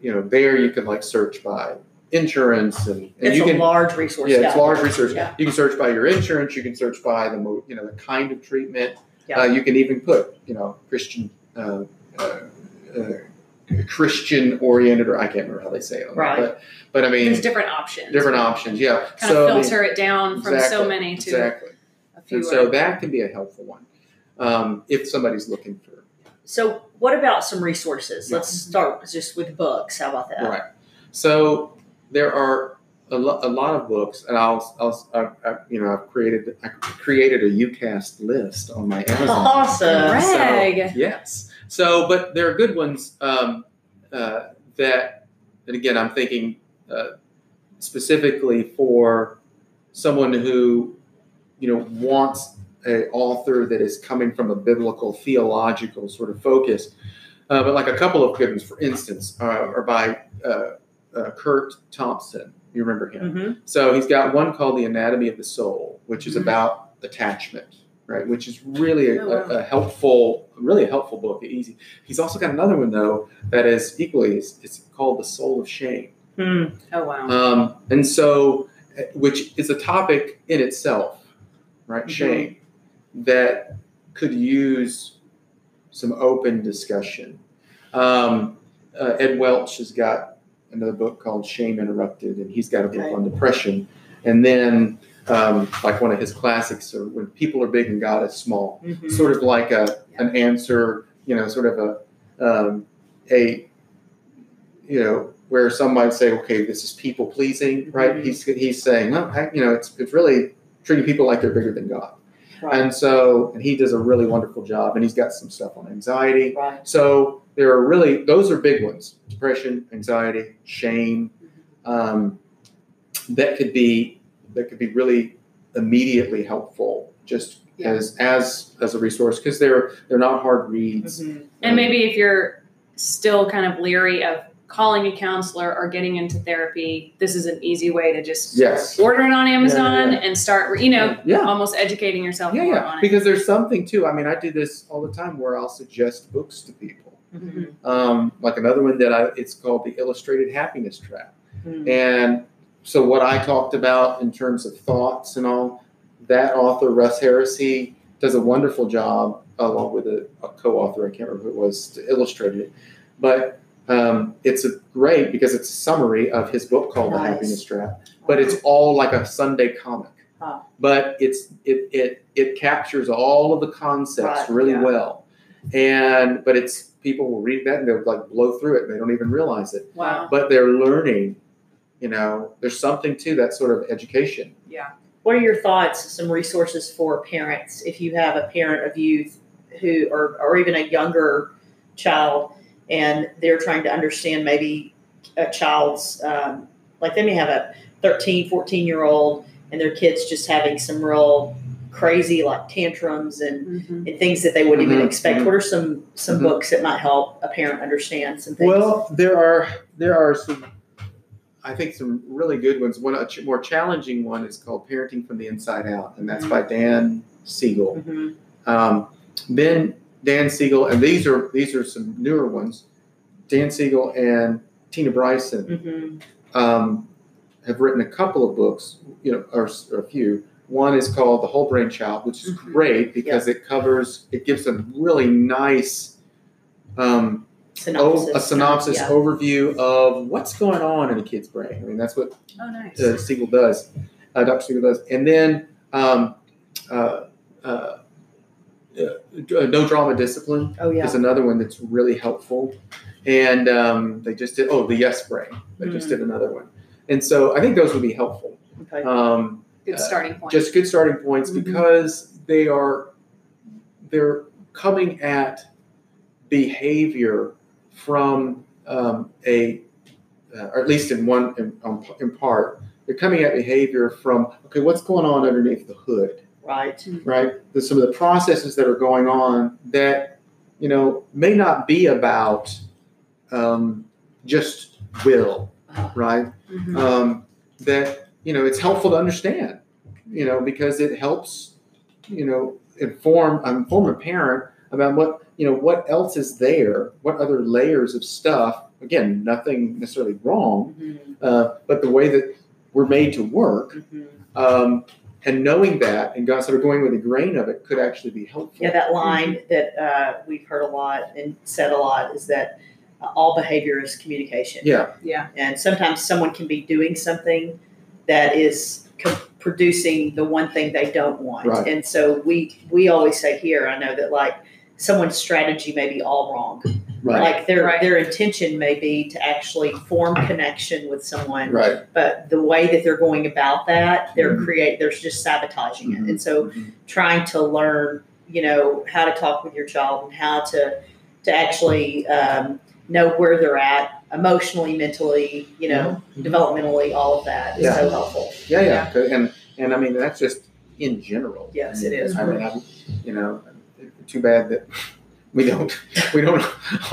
Speaker 3: you know there you can like search by insurance and, and
Speaker 1: It's
Speaker 3: you
Speaker 1: a
Speaker 3: can
Speaker 1: large resource.
Speaker 3: yeah, it's large research.
Speaker 1: Yeah.
Speaker 3: You can search by your insurance. You can search by the mo- you know the kind of treatment.
Speaker 1: Yeah.
Speaker 3: Uh, you can even put you know Christian uh, uh, Christian oriented or I can't remember how they say it. on that,
Speaker 1: Right.
Speaker 3: But, but I mean
Speaker 2: There's
Speaker 3: different,
Speaker 2: different options.
Speaker 3: options. Yeah.
Speaker 2: Kind
Speaker 3: so I mean,
Speaker 2: of filter it down from so
Speaker 3: exactly,
Speaker 2: many to
Speaker 3: exactly.
Speaker 2: a few.
Speaker 3: And so that can be a helpful one um, if somebody's looking for
Speaker 1: So what about some resources?
Speaker 3: Yeah.
Speaker 1: Let's start just with books. How about that?
Speaker 3: right. So there are a, lo- a lot of books, and I'll, I'll I've, I've, you know I've created I created a UCast list on my Amazon.
Speaker 1: Awesome.
Speaker 2: Right. Greg.
Speaker 3: yes. So, but there are good ones um, uh, that, and again, I'm thinking uh, specifically for someone who, you know, wants a author that is coming from a biblical theological sort of focus. Uh, but like a couple of good ones, for instance, uh, are by uh, uh, Kurt Thompson. You remember him?
Speaker 1: Mhm.
Speaker 3: So he's got one called The Anatomy of the Soul, which is
Speaker 2: Mhm.
Speaker 3: about attachment, right? Which is really a,
Speaker 2: Oh, wow.
Speaker 3: a, a helpful, really a helpful book. Easy. He's also got another one though that is equally it's, it's called The Soul of Shame,
Speaker 1: Hmm.
Speaker 2: oh wow.
Speaker 3: um, and so uh, which is a topic in itself, right?
Speaker 1: Mhm.
Speaker 3: Shame that could use some open discussion. Um, uh, Ed Welch has got another book called Shame Interrupted, and he's got a book
Speaker 1: Right.
Speaker 3: on depression. And then, um, like one of his classics, are when people are big and God is small,
Speaker 1: Mhm.
Speaker 3: sort of like a an answer, you know, sort of a um, a you know where some might say, okay, this is people pleasing, right?
Speaker 1: Mhm.
Speaker 3: He's he's saying, no, I, you know, it's it's really treating people like they're bigger than God.
Speaker 1: Right.
Speaker 3: And so, and he does a really wonderful job, and he's got some stuff on anxiety.
Speaker 1: Right.
Speaker 3: So there are really those are big ones: depression, anxiety, shame. Um, that could be that could be really immediately helpful, just
Speaker 2: Yeah.
Speaker 3: as as as a resource because
Speaker 2: Mm-hmm.
Speaker 3: they're they're not hard reads. Um,
Speaker 1: Mhm.
Speaker 2: And maybe if you're still kind of leery of calling a counselor or getting into therapy, this is an easy way to just
Speaker 3: Yes.
Speaker 2: order it on Amazon
Speaker 3: yeah.
Speaker 2: and start, you know,
Speaker 3: Yeah.
Speaker 2: almost educating yourself
Speaker 3: Yeah,
Speaker 2: more
Speaker 3: yeah.
Speaker 2: on it.
Speaker 3: Because there's something too. I mean, I do this all the time where I'll suggest books to people.
Speaker 1: Mhm.
Speaker 3: Um, like another one that I, it's called the Illustrated Happiness Trap.
Speaker 1: Mhm.
Speaker 3: And so what I talked about in terms of thoughts and all, that author, Russ Harris, he does a wonderful job along with a, a co-author, I can't remember who it was, to illustrate it. But um, it's a great because it's a summary of his book called The
Speaker 1: Nice.
Speaker 3: Happiness Trap. But it's all like a Sunday comic.
Speaker 1: Huh.
Speaker 3: But it's it it it captures all of the
Speaker 1: Right,
Speaker 3: concepts really
Speaker 1: yeah.
Speaker 3: well. And but it's people will read that and they'll like blow through it and they don't even realize it
Speaker 2: Wow.
Speaker 3: but they're learning you know there's something to that sort of education
Speaker 1: What are your thoughts? Some resources for parents if you have a parent of youth who, or, or even a younger child, and they're trying to understand maybe a child's, um, like they may have a 13, 14 year old, and their kid's just having some real crazy like tantrums and,
Speaker 2: Mm-hmm.
Speaker 1: and things that they wouldn't
Speaker 3: Mhm,
Speaker 1: even expect.
Speaker 3: mhm.
Speaker 1: What are some some
Speaker 3: Mhm.
Speaker 1: books that might help a parent understand some things?
Speaker 3: well there are there are some i think some really good ones one a ch- more challenging one is called parenting from the inside out and that's by dan siegel
Speaker 1: Mhm.
Speaker 3: um, then dan siegel and these are these are some newer ones dan siegel and tina bryson
Speaker 1: Mhm.
Speaker 3: um, have written a couple of books, you know, or, s- or a few. One is called The Whole Brain Child, which is
Speaker 2: Mhm.
Speaker 3: great because it covers, it gives a really nice, um,
Speaker 1: synopsis.
Speaker 3: o- a synopsis
Speaker 1: Yeah.
Speaker 3: overview of what's going on in a kid's brain. I mean, that's what
Speaker 2: Oh, nice.
Speaker 3: uh, Siegel does, uh, Dr. Siegel does. And then um, uh, uh, uh, No Drama Discipline
Speaker 1: Oh yeah.
Speaker 3: is another one that's really helpful. And um, they just did, oh, the Yes Brain. They just
Speaker 1: Mhm.
Speaker 3: did another one. And so I think those would be helpful.
Speaker 1: Okay.
Speaker 3: Um,
Speaker 2: Good starting point.
Speaker 3: just good starting points
Speaker 1: Mhm.
Speaker 3: because they are they're coming at behavior from um, a uh, or at least in one in, um, in part they're coming at behavior from okay what's going on underneath the hood
Speaker 1: right.
Speaker 3: right? The, some of the processes that are going on that, you know, may not be about um, just will, right?
Speaker 2: Mhm.
Speaker 3: Um, that, you know, it's helpful to understand, you know, because it helps, you know, inform, inform a parent about what, you know, what else is there, what other layers of stuff, again, nothing necessarily wrong,
Speaker 1: Mhm.
Speaker 3: uh, but the way that we're made to work
Speaker 1: Mhm.
Speaker 3: um, and knowing that and go, sort of going with the grain of it could actually be helpful.
Speaker 1: Yeah, that
Speaker 3: Mm-hmm.
Speaker 1: line that uh, we've heard a lot and said a lot is that uh, all behavior is communication.
Speaker 3: Yeah.
Speaker 2: Yeah.
Speaker 1: And sometimes someone can be doing something that is co- producing the one thing they don't want.
Speaker 3: Right.
Speaker 1: And so we we always say here, I know that like someone's strategy may be all wrong. Like their
Speaker 2: Right.
Speaker 1: their intention may be to actually form connection with someone,
Speaker 3: Right.
Speaker 1: but the way that they're going about that, they're
Speaker 3: Mhm.
Speaker 1: create they're just sabotaging it. And so
Speaker 3: Mhm.
Speaker 1: trying to learn, you know, how to talk with your child and how to to actually um, know where they're at emotionally, mentally, you know,
Speaker 3: Mhm.
Speaker 1: developmentally, all of that is
Speaker 3: Yeah.
Speaker 1: so helpful.
Speaker 3: Yeah, yeah. And and I mean that's just in general.
Speaker 1: Yes, it is.
Speaker 3: I mean, I, you know, too bad that we don't we don't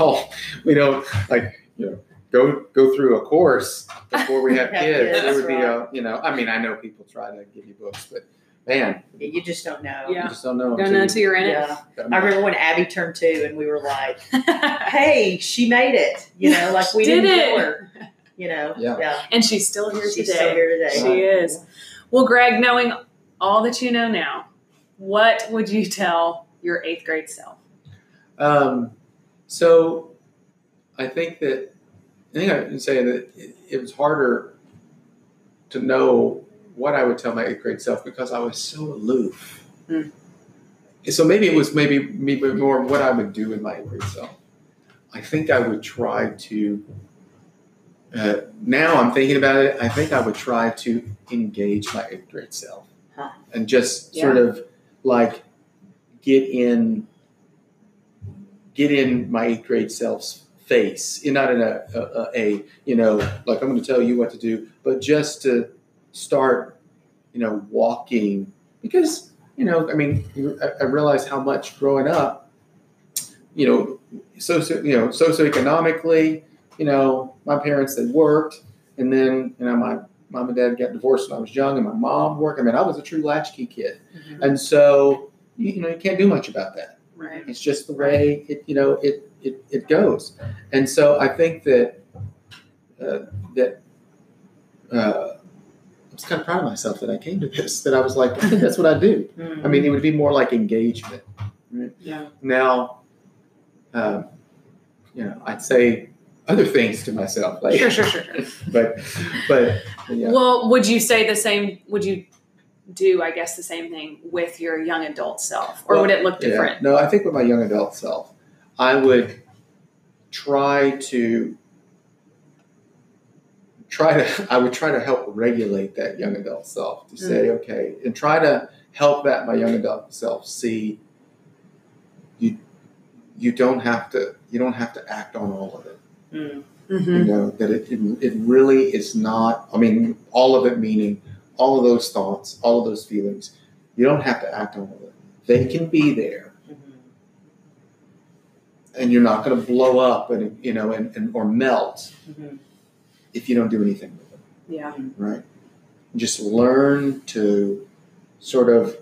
Speaker 3: all we don't like you know go go through a course before we have
Speaker 1: Have
Speaker 3: kids.
Speaker 1: kids,
Speaker 3: it would be a, you know. I mean, I know people try to give you books, but man,
Speaker 1: Yeah, You just don't know.
Speaker 2: Yeah.
Speaker 3: you just don't know.
Speaker 2: Don't
Speaker 3: until
Speaker 2: know until you're in
Speaker 1: Yeah.
Speaker 3: you-
Speaker 1: I remember when Abby turned two, and we were like,
Speaker 2: it.
Speaker 1: "Hey, she made it!" You know, like we
Speaker 2: She did
Speaker 1: didn't
Speaker 2: it.
Speaker 1: kill her. You know,
Speaker 3: Yeah.
Speaker 2: and she's still Oh, here
Speaker 1: she's
Speaker 2: today.
Speaker 1: still here today.
Speaker 2: She is. Well, Greg, knowing all that you know now, what would you tell your eighth grade self?
Speaker 3: Um, so I think that I think I can say that it, it was harder to know what I would tell my eighth grade self because I was so aloof.
Speaker 2: Mm.
Speaker 3: So maybe it was maybe maybe more what I would do with my eighth grade self. I think I would try to. Uh, now I'm thinking about it. I think I would try to engage my eighth grade self
Speaker 1: Huh.
Speaker 3: and just sort of like get in get in my eighth grade self's face, and not in a, a, a, a you know, like I'm going to tell you what to do, but just to start, you know, walking because you know, I mean, you- I, I realized how much growing up, you know, socio, you know, socioeconomically, you know, my parents had worked, and then you know my mom and dad got divorced when I was young, and my mom worked. I mean, I was a true latchkey kid,
Speaker 1: Mhm.
Speaker 3: and so you, you know you can't do much about that.
Speaker 1: Right.
Speaker 3: It's just the way it you know it it, it goes, and so I think that uh, that uh, I was kind of proud of myself that I came to this. That I was like, I think that's what I do.
Speaker 2: Mm-hmm.
Speaker 3: I mean, it would be more like engagement.
Speaker 1: yeah.
Speaker 3: Now, um, you know, I'd say other things to myself, like,
Speaker 2: Sure, sure, sure, sure.
Speaker 3: but but yeah.
Speaker 2: Well, would you say the same? Would you do, I guess, the same thing with your young adult self, or
Speaker 3: Well,
Speaker 2: would it look
Speaker 3: Yeah.
Speaker 2: different?
Speaker 3: No, I think with my young adult self, I would try to try to I would try to help regulate that young adult self to say
Speaker 2: Mm.
Speaker 3: okay and try to help that my young adult self see you you don't have to you don't have to act on all of it
Speaker 1: Mm.
Speaker 2: Mm-hmm.
Speaker 3: you know that it, it it really is not i mean all of it meaning all of those thoughts all of those feelings you don't have to act on it they can be there
Speaker 1: Mhm.
Speaker 3: and you're not going to blow up and you know and, and or melt
Speaker 1: Mhm.
Speaker 3: if you don't do anything with them
Speaker 2: Yeah.
Speaker 3: right just learn to sort of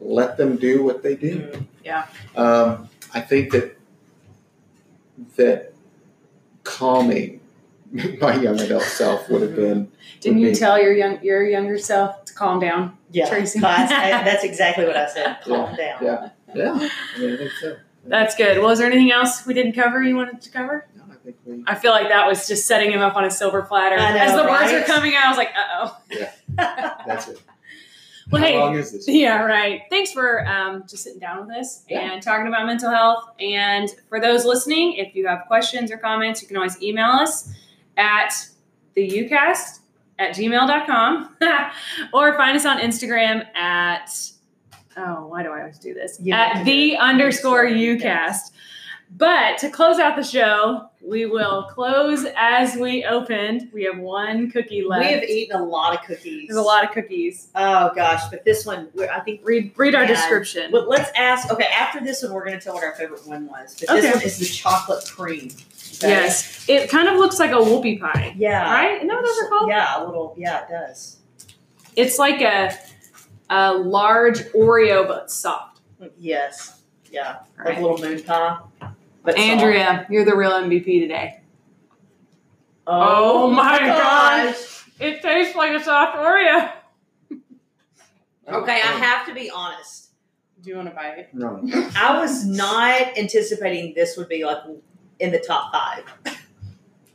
Speaker 3: let them do what they do
Speaker 1: Mhm.
Speaker 3: um, I think that that calming my young adult self would have been
Speaker 2: Didn't
Speaker 3: Would
Speaker 2: you
Speaker 3: be-
Speaker 2: tell your young your younger self to calm down?
Speaker 1: Yeah.
Speaker 2: Tracy.
Speaker 1: I- I- that's exactly what I said. Calm down.
Speaker 3: yeah yeah I mean I think so
Speaker 2: That's good. Well, is there anything else we didn't cover you wanted to cover?
Speaker 3: no, I think we
Speaker 2: I feel like that was just setting him up on a silver platter.
Speaker 1: I know,
Speaker 2: As the words
Speaker 1: right?
Speaker 2: were coming out, I was like, uh oh.
Speaker 3: that's it
Speaker 2: Well,
Speaker 3: how
Speaker 2: hey.
Speaker 3: long is this
Speaker 2: Yeah, right. Thanks for um, just sitting down with us
Speaker 3: Yeah.
Speaker 2: and talking about mental health. And for those listening, if you have questions or comments, you can always email us at the ucast at gmail.com or find us on Instagram at, oh, why do I always do this?
Speaker 1: You have
Speaker 2: at
Speaker 1: to
Speaker 2: the
Speaker 1: do it.
Speaker 2: underscore
Speaker 1: Yes.
Speaker 2: ucast. But to close out the show, we will close as we opened. We have one cookie
Speaker 1: We
Speaker 2: left.
Speaker 1: have eaten a lot of cookies.
Speaker 2: There's a lot of cookies.
Speaker 1: Oh gosh, but this one, we're, I think.
Speaker 2: Read read our
Speaker 1: Yeah.
Speaker 2: description.
Speaker 1: But let's ask. Okay, after this one, we're going to tell what our favorite one was. But this
Speaker 2: Okay.
Speaker 1: one is the chocolate cream. Okay?
Speaker 2: Yes. It kind of looks like a whoopie pie.
Speaker 1: Yeah.
Speaker 2: Right? Isn't that what those are called?
Speaker 1: Yeah, a little. Yeah, it does.
Speaker 2: It's like a a large Oreo but soft.
Speaker 1: Yes. Yeah,
Speaker 2: All
Speaker 1: like
Speaker 2: right.
Speaker 1: a little moon pie. But soft.
Speaker 2: Andrea, you're the real MVP today.
Speaker 1: Oh,
Speaker 2: Oh my
Speaker 1: gosh.
Speaker 2: It tastes like a soft Oreo.
Speaker 1: Okay, I
Speaker 3: Oh.
Speaker 1: have to be honest.
Speaker 2: Do you want to bite?
Speaker 3: no
Speaker 1: I was not anticipating this would be like in the top five.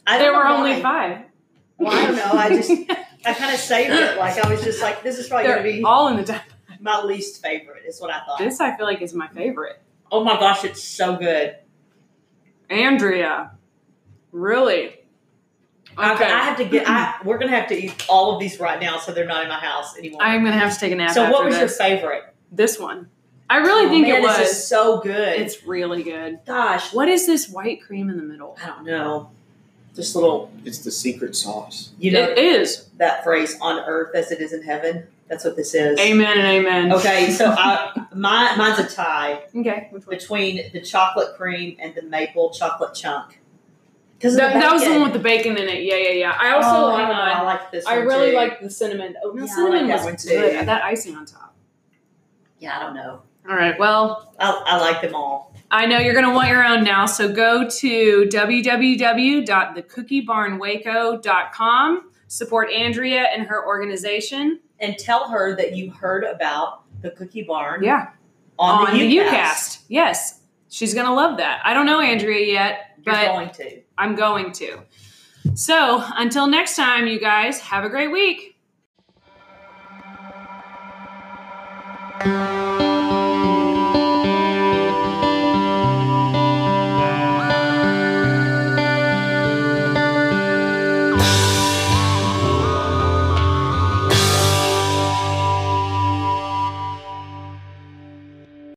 Speaker 1: I
Speaker 2: There
Speaker 1: don't
Speaker 2: were
Speaker 1: know
Speaker 2: only
Speaker 1: why.
Speaker 2: five.
Speaker 1: Well, I don't know. I just I kind of saved it. Like I was just like, this is probably going to
Speaker 2: They're
Speaker 1: be
Speaker 2: all in the top.
Speaker 1: my least favorite. Is what I thought.
Speaker 2: This I feel like is my favorite.
Speaker 1: Oh my gosh, it's so good.
Speaker 2: Andrea. Really? Okay.
Speaker 1: I, I have to get. I, we're gonna have to eat all of these right now, so they're not in my house anymore.
Speaker 2: I'm gonna have to take a nap.
Speaker 1: so, what
Speaker 2: after
Speaker 1: was your
Speaker 2: this.
Speaker 1: favorite?
Speaker 2: this one? I really
Speaker 1: Oh,
Speaker 2: think
Speaker 1: man,
Speaker 2: it was.
Speaker 1: This is so good.
Speaker 2: it's really good.
Speaker 1: gosh,
Speaker 2: What is this white cream in the middle?
Speaker 1: I don't know. Just little,
Speaker 3: it's the secret sauce
Speaker 1: you know,
Speaker 2: it is.
Speaker 1: that phrase "on earth as it is in heaven." That's what this is.
Speaker 2: Amen and amen.
Speaker 1: Okay, so I, my, mine's a tie
Speaker 2: Okay. Which one?
Speaker 1: between the chocolate cream and the maple chocolate chunk. Because
Speaker 2: That, that was the one with the bacon in it. Yeah, yeah, yeah. I also
Speaker 1: oh,
Speaker 2: hang
Speaker 1: I, don't know, I
Speaker 2: on.
Speaker 1: like this.
Speaker 2: I
Speaker 1: one
Speaker 2: really
Speaker 1: too.
Speaker 2: like the cinnamon. Oh, no,
Speaker 1: Yeah, I
Speaker 2: cinnamon
Speaker 1: like that
Speaker 2: was
Speaker 1: one too.
Speaker 2: good. That icing on top.
Speaker 1: Yeah, I don't know.
Speaker 2: All right. Well,
Speaker 1: I, I like them all.
Speaker 2: I know you're going to want your own now, so go to www.thecookiebarnwaco.com. Support Andrea and her organization.
Speaker 1: And tell her that you heard about the Cookie Barn
Speaker 2: Yeah,
Speaker 1: on,
Speaker 2: the,
Speaker 1: UCast.
Speaker 2: UCast. Yes, she's going to love that. I don't know Andrea yet,
Speaker 1: You're
Speaker 2: but
Speaker 1: going to.
Speaker 2: I'm going to. So until next time, you guys, have a great week.